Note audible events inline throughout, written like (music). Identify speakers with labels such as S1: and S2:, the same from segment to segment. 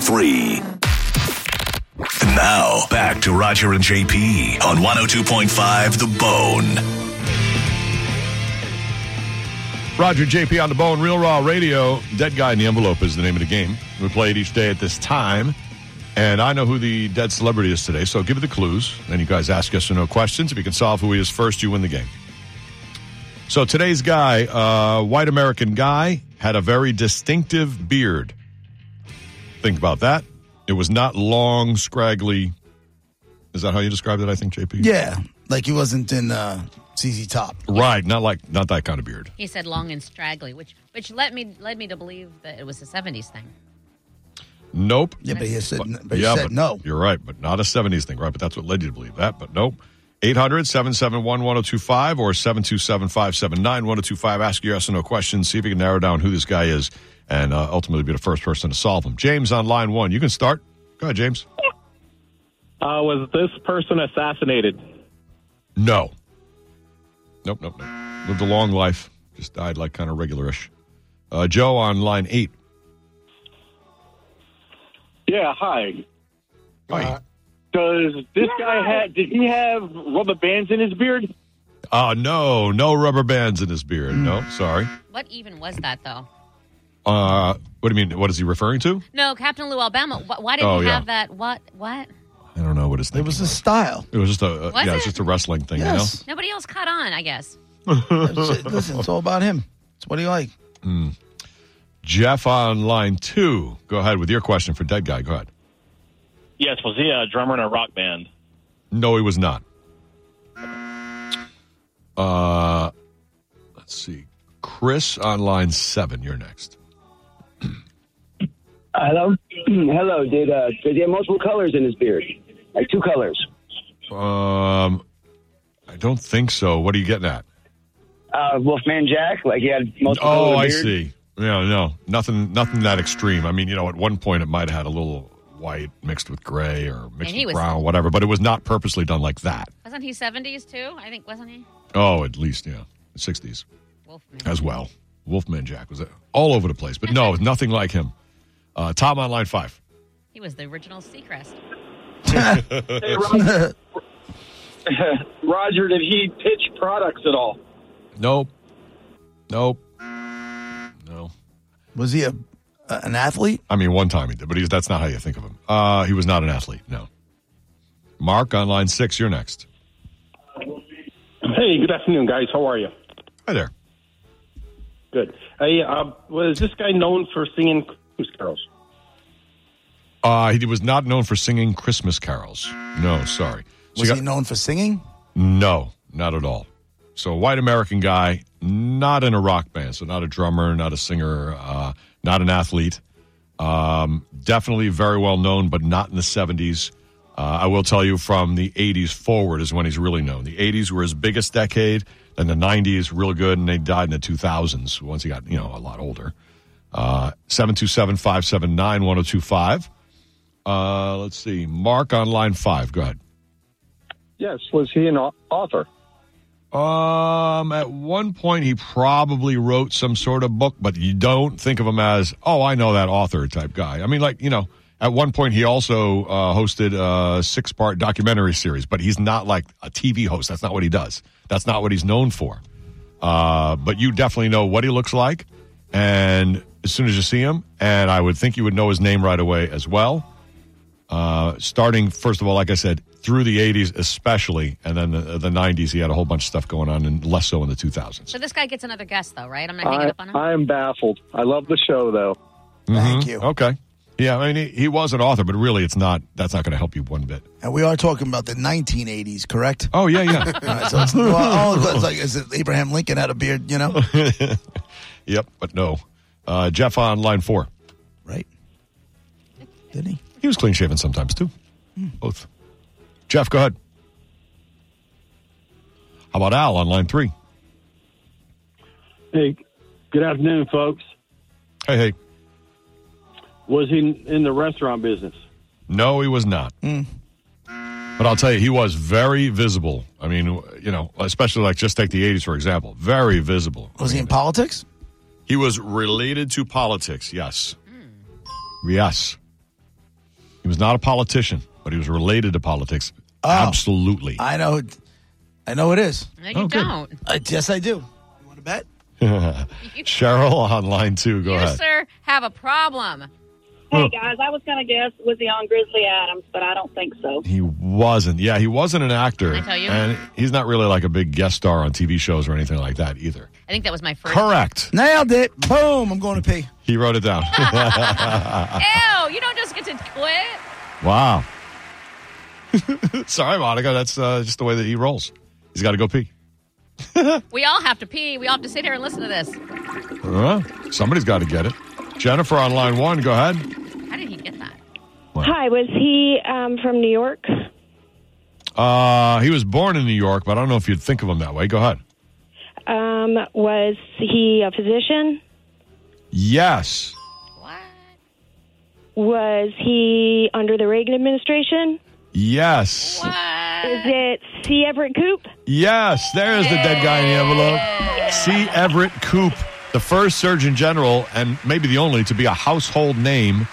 S1: free. Now, back to Roger and JP on 102.5 The Bone.
S2: Roger JP on the Bone Real Raw Radio. Dead Guy in the Envelope is the name of the game. We play it each day at this time. And I know who the dead celebrity is today, so give it the clues. Then you guys ask yes or no questions. If you can solve who he is first, you win the game. So today's guy, uh, white American guy, had a very distinctive beard. Think about that. It was not long, scraggly. Is that how you described it, I think, JP?
S3: Yeah, like he wasn't in uh, ZZ Top.
S2: Right, not like not that kind of beard.
S4: He said long and straggly, which which led me led me to believe that it was a '70s thing.
S2: Nope.
S3: Yeah, but he said, but he
S2: yeah,
S3: said
S2: but
S3: no.
S2: You're right, but not a 70s thing, right? But that's what led you to believe that, but nope. 800 771 1025 or 727 579 1025. Ask your yes or no questions. See if you can narrow down who this guy is and uh, ultimately be the first person to solve them. James on line one. You can start. Go ahead, James.
S5: Uh, was this person assassinated?
S2: No. Nope, nope, nope. Lived a long life. Just died like kind of regularish. Uh, Joe on line eight.
S5: Yeah, hi.
S2: Hi.
S5: Does this guy had? Did he have rubber bands in his beard?
S2: Uh, no, no rubber bands in his beard.
S3: Mm.
S2: No, sorry.
S4: What even was that though?
S2: Uh, what do you mean? What is he referring to?
S4: No, Captain Lou Alabama. Wh- why did
S2: Oh,
S4: he
S2: yeah.
S4: have that? What? What?
S2: I don't know what his name
S3: It was a style.
S2: It was just a, uh,
S4: Was
S2: yeah, it was
S4: it?
S2: just a wrestling thing,
S3: Yes.
S4: Nobody else caught on, I guess.
S3: (laughs) That's it. Listen, it's all about him. It's what he like.
S2: you know. Jeff on line two, go ahead with your question for dead guy. Go ahead.
S5: Yes. Was he a drummer in a rock band?
S2: No, he was not. Uh, let's see. Chris on line seven. You're next.
S6: Hello, (clears throat) hello. Did uh, did he have multiple colors in his beard? Like two colors.
S2: Um, I don't think so. What are you getting at?
S6: Uh, Wolfman Jack, like he had multiple.
S2: Oh,
S6: colors
S2: I
S6: in the beard.
S2: see. Yeah, no, nothing, nothing that extreme. I mean, you know, at one point it might have had a little white mixed with gray or mixed
S4: And he
S2: with
S4: was-
S2: brown, whatever, but it was not purposely done like that.
S4: Wasn't he '70s too? I think wasn't he?
S2: Oh, at least yeah, sixties
S4: Wolfman.
S2: as well. Wolfman Jack was all over the place, but no, nothing like him. Uh, Tom on line five.
S4: He was the original Seacrest.
S7: Hey, Roger,
S5: (laughs)
S7: Roger, did he pitch products at all?
S2: Nope, nope, no.
S3: Was he a, a an athlete?
S2: I mean, one time he did, but he's, that's not how you think of him. Uh, he was not an athlete. No. Mark on line six. You're next.
S5: Hey, good afternoon, guys. How are you?
S2: Hi there.
S5: Good. Hey, uh, was this guy known for singing Christmas carols?
S2: Uh, he was not known for singing Christmas carols. No, sorry. So
S3: Was
S2: you
S3: he
S2: got-
S3: known for singing?
S2: No, not at all. So, a white American guy, not in a rock band, so not a drummer, not a singer, uh, not an athlete. Um, definitely very well known, but not in the 70s. Uh, I will tell you from the 80s forward is when he's really known. The 80s were his biggest decade, then the 90s, real good, and they died in the 2000s once he got, you know, a lot older. Uh, 727 579 1025. Uh, Let's see. Mark on line five. Go ahead.
S7: Yes. Was he an au- author?
S2: Um, at one point he probably wrote some sort of book, but you don't think of him as, oh, I know that author type guy. I mean, like you know, at one point he also uh, hosted a six-part documentary series, but he's not like a TV host. That's not what he does. That's not what he's known for. Uh, but you definitely know what he looks like, and as soon as you see him, and I would think you would know his name right away as well uh, starting first of all, like I said, through the '80s especially, and then the, the '90s, he had a whole bunch of stuff going on, and less so in the 2000s.
S4: So this guy gets another guess though, right? I'm not hanging
S7: I,
S4: up on him.
S7: I am baffled. I love the show, though.
S2: Mm-hmm.
S3: Thank you.
S2: Okay, yeah, I mean, he, he was an author, but really, it's not. That's not going to help you one bit.
S3: And we are talking about the 1980s, correct?
S2: Oh yeah, yeah,
S3: (laughs) All right, so it's, well, oh, it's like is it Abraham Lincoln had a beard, you
S2: (laughs)
S3: know?
S2: yep, but no. Uh, Jeff on line four.
S3: Right? Didn't he?
S2: He was clean shaven sometimes too. Both. Jeff, go ahead. How about Al on line three?
S5: Hey, good afternoon, folks.
S2: Hey, hey.
S5: Was he in the restaurant business?
S2: No, he was not. But I'll tell you, he was very visible. I mean, you know, especially like just take the 80s, for example. Very visible.
S3: Was he in politics?
S4: Hmm.
S2: He was related to politics, yes. Yes. He was not a politician, but he was related to politics. Absolutely.
S3: I know. I know it is.
S4: No, you
S2: Oh, good.
S4: don't.
S3: I, yes, I do. You want to bet?
S2: Cheryl on line two. Go
S4: you,
S2: ahead.
S4: sir, have a problem.
S2: Huh.
S8: Hey guys, I was gonna guess was he on Grizzly Adams, but I don't think so.
S2: He wasn't. Yeah, he wasn't an actor.
S4: Can I tell you?
S2: And he's not really like a big guest star on TV shows or anything like that either.
S4: I think that was my first.
S2: Correct.
S3: Nailed it. Boom. I'm going to pee.
S2: He wrote it down. (laughs)
S4: Ew, you don't just get to quit.
S2: wow. (laughs) Sorry, Monica. That's uh, just the way that he rolls. He's got to go pee.
S4: We all have to pee. We all have to sit here and listen to this.
S2: Uh, somebody's got to get it. Jennifer on line one. Go ahead.
S4: How did he get that?
S9: Hi, was he um, from New York?
S2: Uh, he was born in New York, but I don't know if you'd think of him that way. Go ahead.
S9: Um, was he a physician?
S2: Yes.
S4: What?
S9: Was he under the Reagan administration?
S2: Yes.
S9: Is
S4: What?
S9: it C. Everett Koop?
S2: Yes, there's the dead guy in the envelope. C. Everett Koop, the first Surgeon General and maybe the only to be a household name.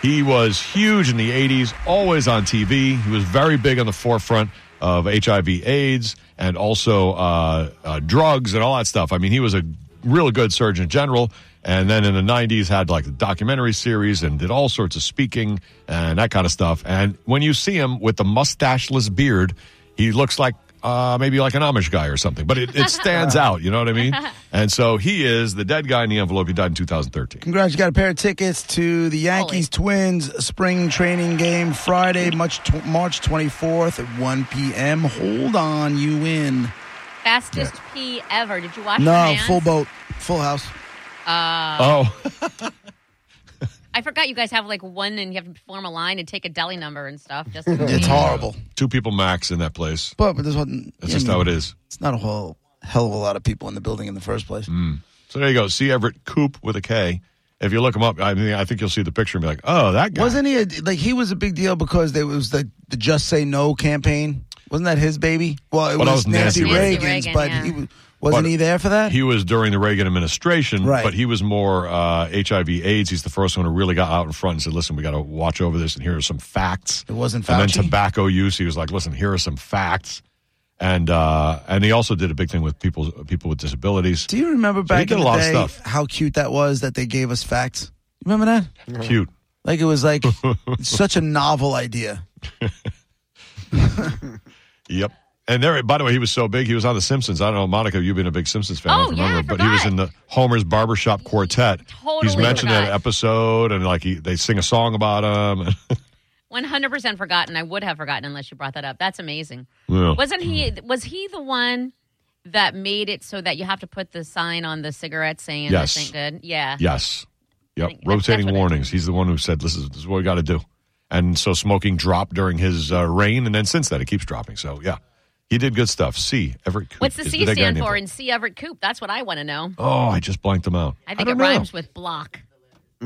S2: He was huge in the 80s, always on TV. He was very big on the forefront of HIV, AIDS, and also uh, uh, drugs and all that stuff. I mean, he was a real good Surgeon General. And then in the 90s, had like a documentary series and did all sorts of speaking and that kind of stuff. And when you see him with the mustacheless beard, he looks like uh, maybe like an Amish guy or something, but it, it stands out. You know what I mean? And so he is the dead guy in the envelope. He died in 2013.
S3: Congrats. You got a pair of tickets to the Yankees Twins spring training game Friday, March, tw- March 24th at 1 p.m. Hold on. You win.
S4: Fastest pee ever. Did you watch
S3: No,
S4: the man?
S3: full boat, full house.
S2: Oh, (laughs)
S4: I forgot you guys have like one and you have to form a line and take a deli number and stuff.
S2: (laughs)
S4: Just to
S3: It's horrible.
S2: two people max in that place.
S3: But, but there's one.
S2: That's just how it is.
S3: It's not a whole hell of a lot of people in the building in the first place.
S2: Mm. So there you go. C. Everett Koop with a K. If you look him up, I mean, I think you'll see the picture and be like, oh, that guy.
S3: Wasn't he a, like he was a big deal because there was the, the Just Say No campaign? Wasn't that his baby? Well, it
S2: Well, that was
S3: was
S2: Nancy
S3: Nancy, Reagan's,
S4: Reagan. Nancy Reagan,
S3: but
S4: yeah.
S3: he was, wasn't
S2: But
S3: he there for that?
S2: He was during the Reagan administration,
S3: Right.
S2: but he was more uh, HIV/AIDS. He's the first one who really got out in front and said, "Listen, we got to watch over this, and here are some facts."
S3: It wasn't
S2: And
S3: Fauci?
S2: then tobacco use, he was like, "Listen, here are some facts," and uh, and he also did a big thing with people people with disabilities.
S3: Do you remember
S2: So he
S3: back
S2: did
S3: in
S2: a
S3: the
S2: lot of
S3: day
S2: stuff.
S3: how cute that was that they gave us facts? Remember that?
S2: Cute.
S3: Like it
S2: (laughs)
S3: was like such a novel idea.
S2: Yep. And there, by the way, he was so big. He was on The Simpsons. I don't know, Monica, you've been a big Simpsons fan. I
S4: Oh,
S2: don't
S4: yeah, I
S2: remember, but he was
S4: forgot.
S2: in the Homer's Barbershop Quartet.
S4: Totally
S2: He's mentioned that
S4: forgot.
S2: episode, and like he, they sing a song about him. (laughs)
S4: 100% forgotten. I would have forgotten unless you brought that up. That's amazing.
S2: Yeah.
S4: Wasn't he was he the one that made it so that you have to put the sign on the cigarette saying
S2: Yes.
S4: this ain't good? Yeah.
S2: Yes. Yep.
S4: think that's-
S2: Rotating
S4: that's what it
S2: warnings. He's the one who said, this is, this is what we got to do. And so smoking dropped during his uh, reign. And then since then, it keeps dropping. So, yeah. He did good stuff. C. Everett Koop.
S4: What's the
S2: is
S4: C
S2: dead guy
S4: stand
S2: named
S4: for in C Everett Coop? That's what I want to know.
S2: Oh, I just blanked him out.
S4: I think it
S2: don't know.
S4: rhymes with block.
S2: (laughs)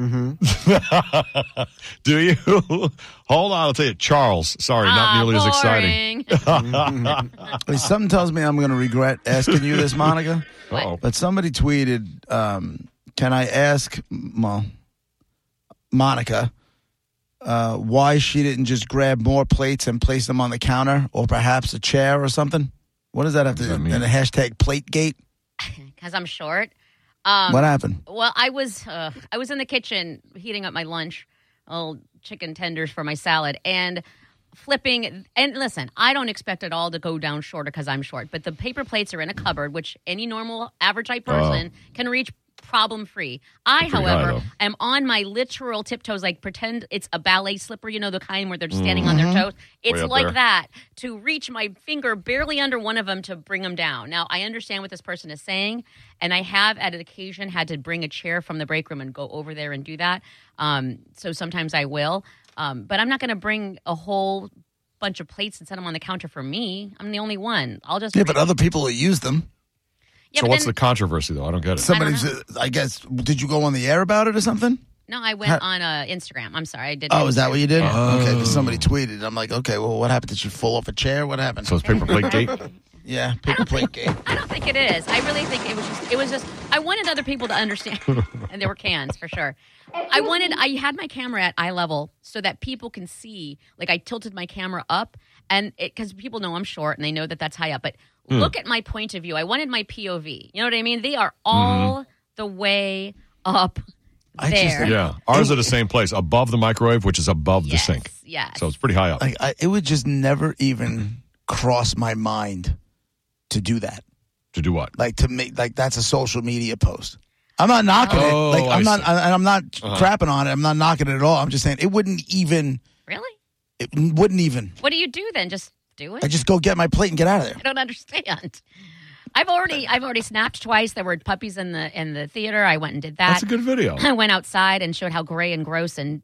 S2: Do you? Hold on. I'll tell you. Charles. Sorry.
S4: Ah,
S2: not nearly as exciting.
S4: boring.
S3: Like, something tells me I'm going to regret asking you this, Monica.
S2: (laughs) Uh-oh.
S3: But somebody tweeted, um, "Can I ask, well, Monica, uh, why she didn't just grab more plates and place them on the counter, or perhaps a chair or something? What does that have to do?
S2: that mean?
S3: And a hashtag PlateGate.
S4: Because I'm short. Um,
S3: what happened?
S4: Well, I was uh, I was in the kitchen heating up my lunch, old chicken tenders for my salad, and flipping. And listen, I don't expect it all to go down shorter because I'm short, but the paper plates are in a cupboard, which any normal average height person can reach problem free. I,
S2: Oh. pretty high,
S4: however,
S2: though.
S4: am on my literal tiptoes, like pretend it's a ballet slipper, you know, the kind where they're just standing on their toes. It's
S2: Mm-hmm. up
S4: like
S2: there.
S4: that to reach my finger barely under one of them to bring them down. Now, I understand what this person is saying, and I have at an occasion had to bring a chair from the break room and go over there and do that. Um, so sometimes I will, um, but I'm not going to bring a whole bunch of plates and set them on the counter for me. I'm the only one. I'll just
S3: Yeah, but other people who use them.
S4: Yeah,
S2: so,
S4: but
S2: what's
S4: then-
S2: the controversy, though? I don't get it.
S3: Somebody, uh, I guess, did you go on the air about it or something?
S4: no? I went on uh, Instagram. I'm sorry, I did.
S3: Oh, is that what you did? Okay, 'cause somebody tweeted. I'm like, okay, well, what happened? Did she fall off a chair? What happened?
S2: So, it's paper plate gate.
S3: yeah, paper plate gate.
S4: I don't think
S2: (laughs)
S4: it is. I really think it was just. It was just. I wanted other people to understand, and there were cans for sure. I wanted I had my camera at eye level so that people can see. Like I tilted my camera up, and because people know I'm short and they know that that's high up. But
S2: Hmm.
S4: look at my point of view. I wanted my POV. You know what I mean? They are
S2: Mm-hmm.
S4: all the way up
S3: I just-
S4: there.
S2: Yeah. Ours are the same place, above the microwave, which is above
S4: Yes,
S2: the sink.
S4: yes.
S2: So it's pretty high up.
S3: Like I, it would just never even cross my mind to do that.
S2: to do what?
S3: Like to make like that's a social media post. I'm not knocking
S2: Oh,
S3: it. Like I'm
S2: I
S3: not.
S2: see. Uh-huh.
S3: I, and I'm not crapping on it. I'm not knocking it at all. I'm just saying it wouldn't even.
S4: Really?
S3: It wouldn't even.
S4: What do you do then? Just do it.
S3: I just go get my plate and get out of there.
S4: (laughs) I don't understand. I've already I've already snapped twice. There were puppies in the in the theater. I went and did that.
S2: That's a good
S4: (laughs)
S2: video.
S4: (clears throat) I went outside and showed how gray and gross and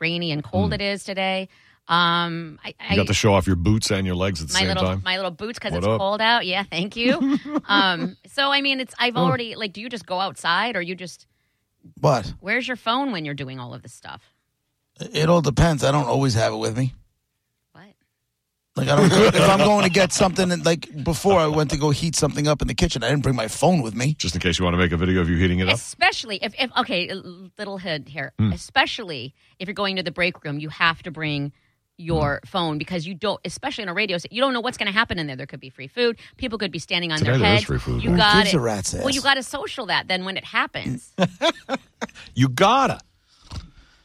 S4: rainy and cold it is today. Um, I,
S2: Hmm. You
S4: I
S2: got to show off your boots and your legs at the
S4: my
S2: same
S4: little
S2: time.
S4: my little boots because
S2: What
S4: it's
S2: up?
S4: cold out. Yeah,
S2: (laughs)
S4: thank you. um, so I mean, it's
S2: Oh.
S4: I've already like. Do you just go outside or you just
S3: But
S4: where's your phone when you're doing all of this stuff?
S3: it all depends. I don't always have it with me.
S4: What?
S3: Like I don't. if I'm going to get something, and like before I went to go heat something up in the kitchen, I didn't bring my phone with me.
S2: Just in case you want to make a video of you heating it up.
S4: Especially if, if okay, a little hint here.
S2: Hmm.
S4: Especially if you're going to the break room, you have to bring your
S2: Hmm.
S4: phone because you don't, especially in a radio set, you don't know what's going to happen in there. There could be free food. People could be standing on
S2: Today
S4: their
S2: there is
S4: heads.
S2: free food,
S4: You
S3: Who
S4: got
S3: gives
S4: it.
S3: a rat's
S4: Well, you
S3: ass?
S4: got to social that then when
S2: (laughs)
S4: it happens.
S2: You gotta.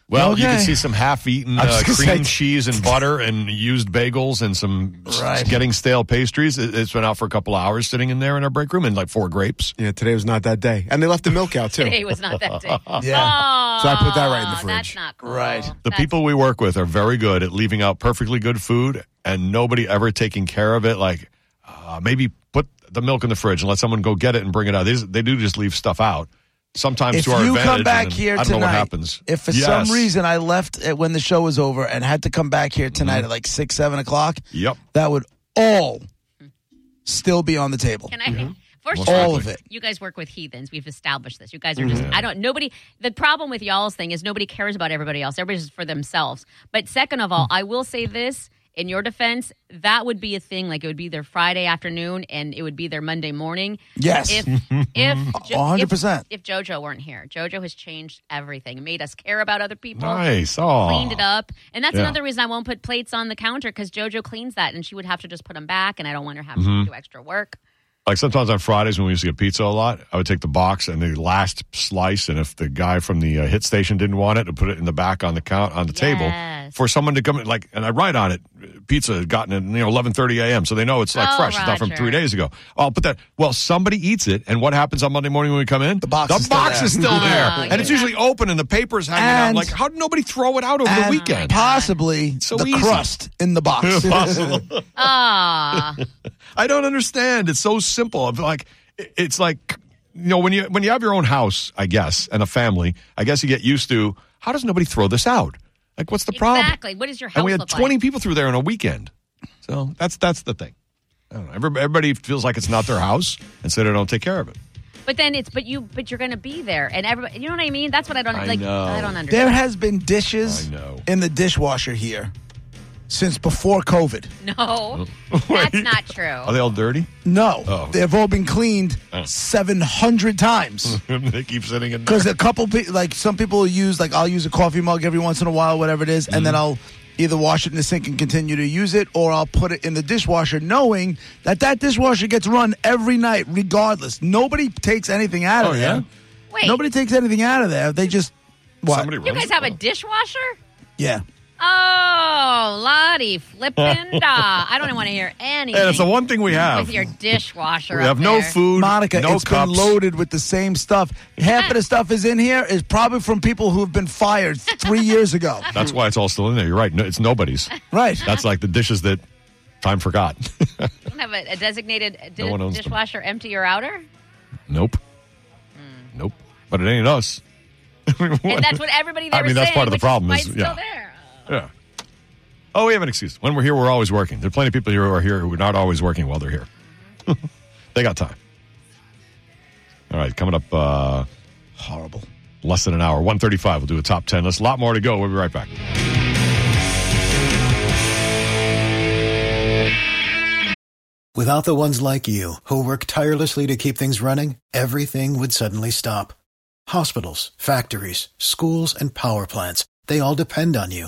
S2: Well, you can
S3: Okay.
S2: see some half-eaten
S3: I was
S2: uh,
S3: gonna
S2: cream
S3: say-
S2: cheese and butter and used bagels and some s-
S3: Right.
S2: getting stale pastries. It, has been out for a couple hours, sitting in there in our break room, and like four grapes.
S10: Yeah, today was not that day. And they left the milk out, too.
S4: Today was
S10: (laughs)
S4: not that day.
S3: Yeah.
S4: Oh,
S10: So I put that right in the
S4: That's
S10: fridge.
S4: not cool.
S3: Right.
S2: The
S4: That's-
S2: people we work with are very good at leaving out perfectly good food, and nobody ever taking care of it. Like uh, maybe put the milk in the fridge and let someone go get it and bring it out. They, just- they do just leave stuff out. Sometimes
S3: If
S2: to our
S3: you
S2: advantage,
S3: come
S2: and
S3: back
S2: then
S3: here
S2: I don't
S3: tonight,
S2: know what happens.
S3: if for
S2: Yes.
S3: some reason I left it when the show was over and had to come back here tonight
S2: Mm-hmm.
S3: at like six, seven o'clock,
S2: yep,
S3: that would all still be on the table.
S4: Can I? (laughs) First
S2: Mm-hmm. Most
S4: of
S3: all
S4: all,
S3: of it.
S4: you guys work with heathens. We've established this. You guys are
S2: Mm-hmm.
S4: just, I don't, nobody, the problem with y'all's thing is nobody cares about everybody else. Everybody's just for themselves. But second of all,
S2: Mm.
S4: I will say this in your defense, that would be a thing. Like it would be their Friday afternoon and it would be their Monday morning.
S2: (laughs)
S3: Yes.
S4: If,
S2: Mm-hmm.
S4: if, Jo-
S3: 100%.
S4: If, if JoJo weren't here, JoJo has changed everything, made us care about other people.
S2: nice. Oh,
S4: Cleaned it up, and that's
S2: Yeah.
S4: another reason I won't put plates on the counter because JoJo cleans that, and she would have to just put them back, and I don't want her having
S2: Mm-hmm.
S4: to do extra work.
S2: like sometimes on Fridays when we used to get pizza a lot, I would take the box and the last slice, and if the guy from the uh, hit station didn't want it, I'd put it in the back on the count on the table
S4: Yes.
S2: for someone to come in, like, and I write on it. Pizza had gotten it, you know, eleven thirty a.m., so they know it's like
S4: Oh,
S2: fresh. It's not from
S4: Roger.
S2: three days ago. I'll put that. Well, somebody eats it, and what happens on Monday morning when we come in? The
S3: box
S2: the
S3: is still
S2: box
S3: there.
S2: is still there,
S4: (laughs) Oh,
S2: and it's
S4: yeah.
S2: usually open, and the paper's hanging
S3: And-
S2: out. Like, how did nobody throw it out over the
S3: And
S2: weekend?
S3: Possibly
S2: So
S3: the
S2: easy.
S3: crust in
S2: (laughs)
S3: the box.
S2: Possible.
S4: Ah,
S2: I don't understand. It's so simple. Of like, it- it's like you know when you when you have your own house, I guess, and a family. I guess you get used to. How does nobody throw this out? Like, what's the problem?
S4: Exactly. What does your house
S2: And we had
S4: look
S2: twenty
S4: like?
S2: people through there in a weekend. So that's that's the thing. I don't know. Everyb- Everybody feels like it's not their house, and so they don't take care of it.
S4: But then it's but you but you're gonna be there and everybody you know what I mean? That's what I don't
S2: I
S4: like.
S2: know.
S4: I don't
S3: there
S4: understand.
S3: has been dishes
S2: I know.
S3: in the dishwasher here since before COVID.
S2: (laughs)
S4: no, that's not
S2: Are
S4: true.
S2: they all dirty? (laughs)
S3: No.
S2: Oh.
S3: They've all been cleaned 700 times.
S2: they keep sitting in there.
S3: Because a couple, pe- like some people use, like I'll use a coffee mug every once in a while, whatever it is, and then
S2: Mm-hmm.
S3: I'll either wash it in the sink and continue to use it, or I'll put it in the dishwasher, knowing that that dishwasher gets run every night, regardless. Nobody takes anything out of
S2: Oh, yeah?
S3: there.
S4: Wait,
S3: Nobody takes anything out of there. They just what?
S2: Somebody
S4: you
S2: runs
S4: guys
S2: it.
S4: have a dishwasher?
S3: yeah.
S4: Oh, Lottie, flippin' da. I don't want to hear anything.
S2: And it's the one thing we have.
S4: with your dishwasher.
S2: We
S4: up
S2: have no
S4: there.
S2: food,
S3: Monica,
S2: no
S3: it's
S2: cups.
S3: been loaded with the same stuff. Half of the stuff is in here is probably from people who have been fired three years ago.
S2: That's why it's all still in there. You're right. No, it's
S4: (laughs)
S2: nobody's.
S3: Right.
S2: That's like the dishes that time forgot. (laughs)
S4: You don't have a, a designated di-
S2: No one owns them.
S4: dishwasher, empty
S2: (laughs)
S4: or outer,
S2: Nope. Nope. But it ain't us.
S4: and that's what everybody. There
S2: I
S4: was
S2: mean, that's
S4: saying,
S2: part of the
S4: which
S2: problem
S4: Why
S2: is-
S4: it's
S2: yeah.
S4: still there.
S2: Yeah. Oh, we have an excuse. When we're here, we're always working. There are plenty of people here who are here who are not always working while they're here. (laughs) they got time. All right, coming up uh,
S3: Horrible.
S2: less than an hour, 135. We'll do a top 10 list. A lot more to go. We'll be right back.
S10: Without the ones like you, who work tirelessly to keep things running, everything would suddenly stop.
S11: Hospitals, factories, schools, and power plants, they all depend on you.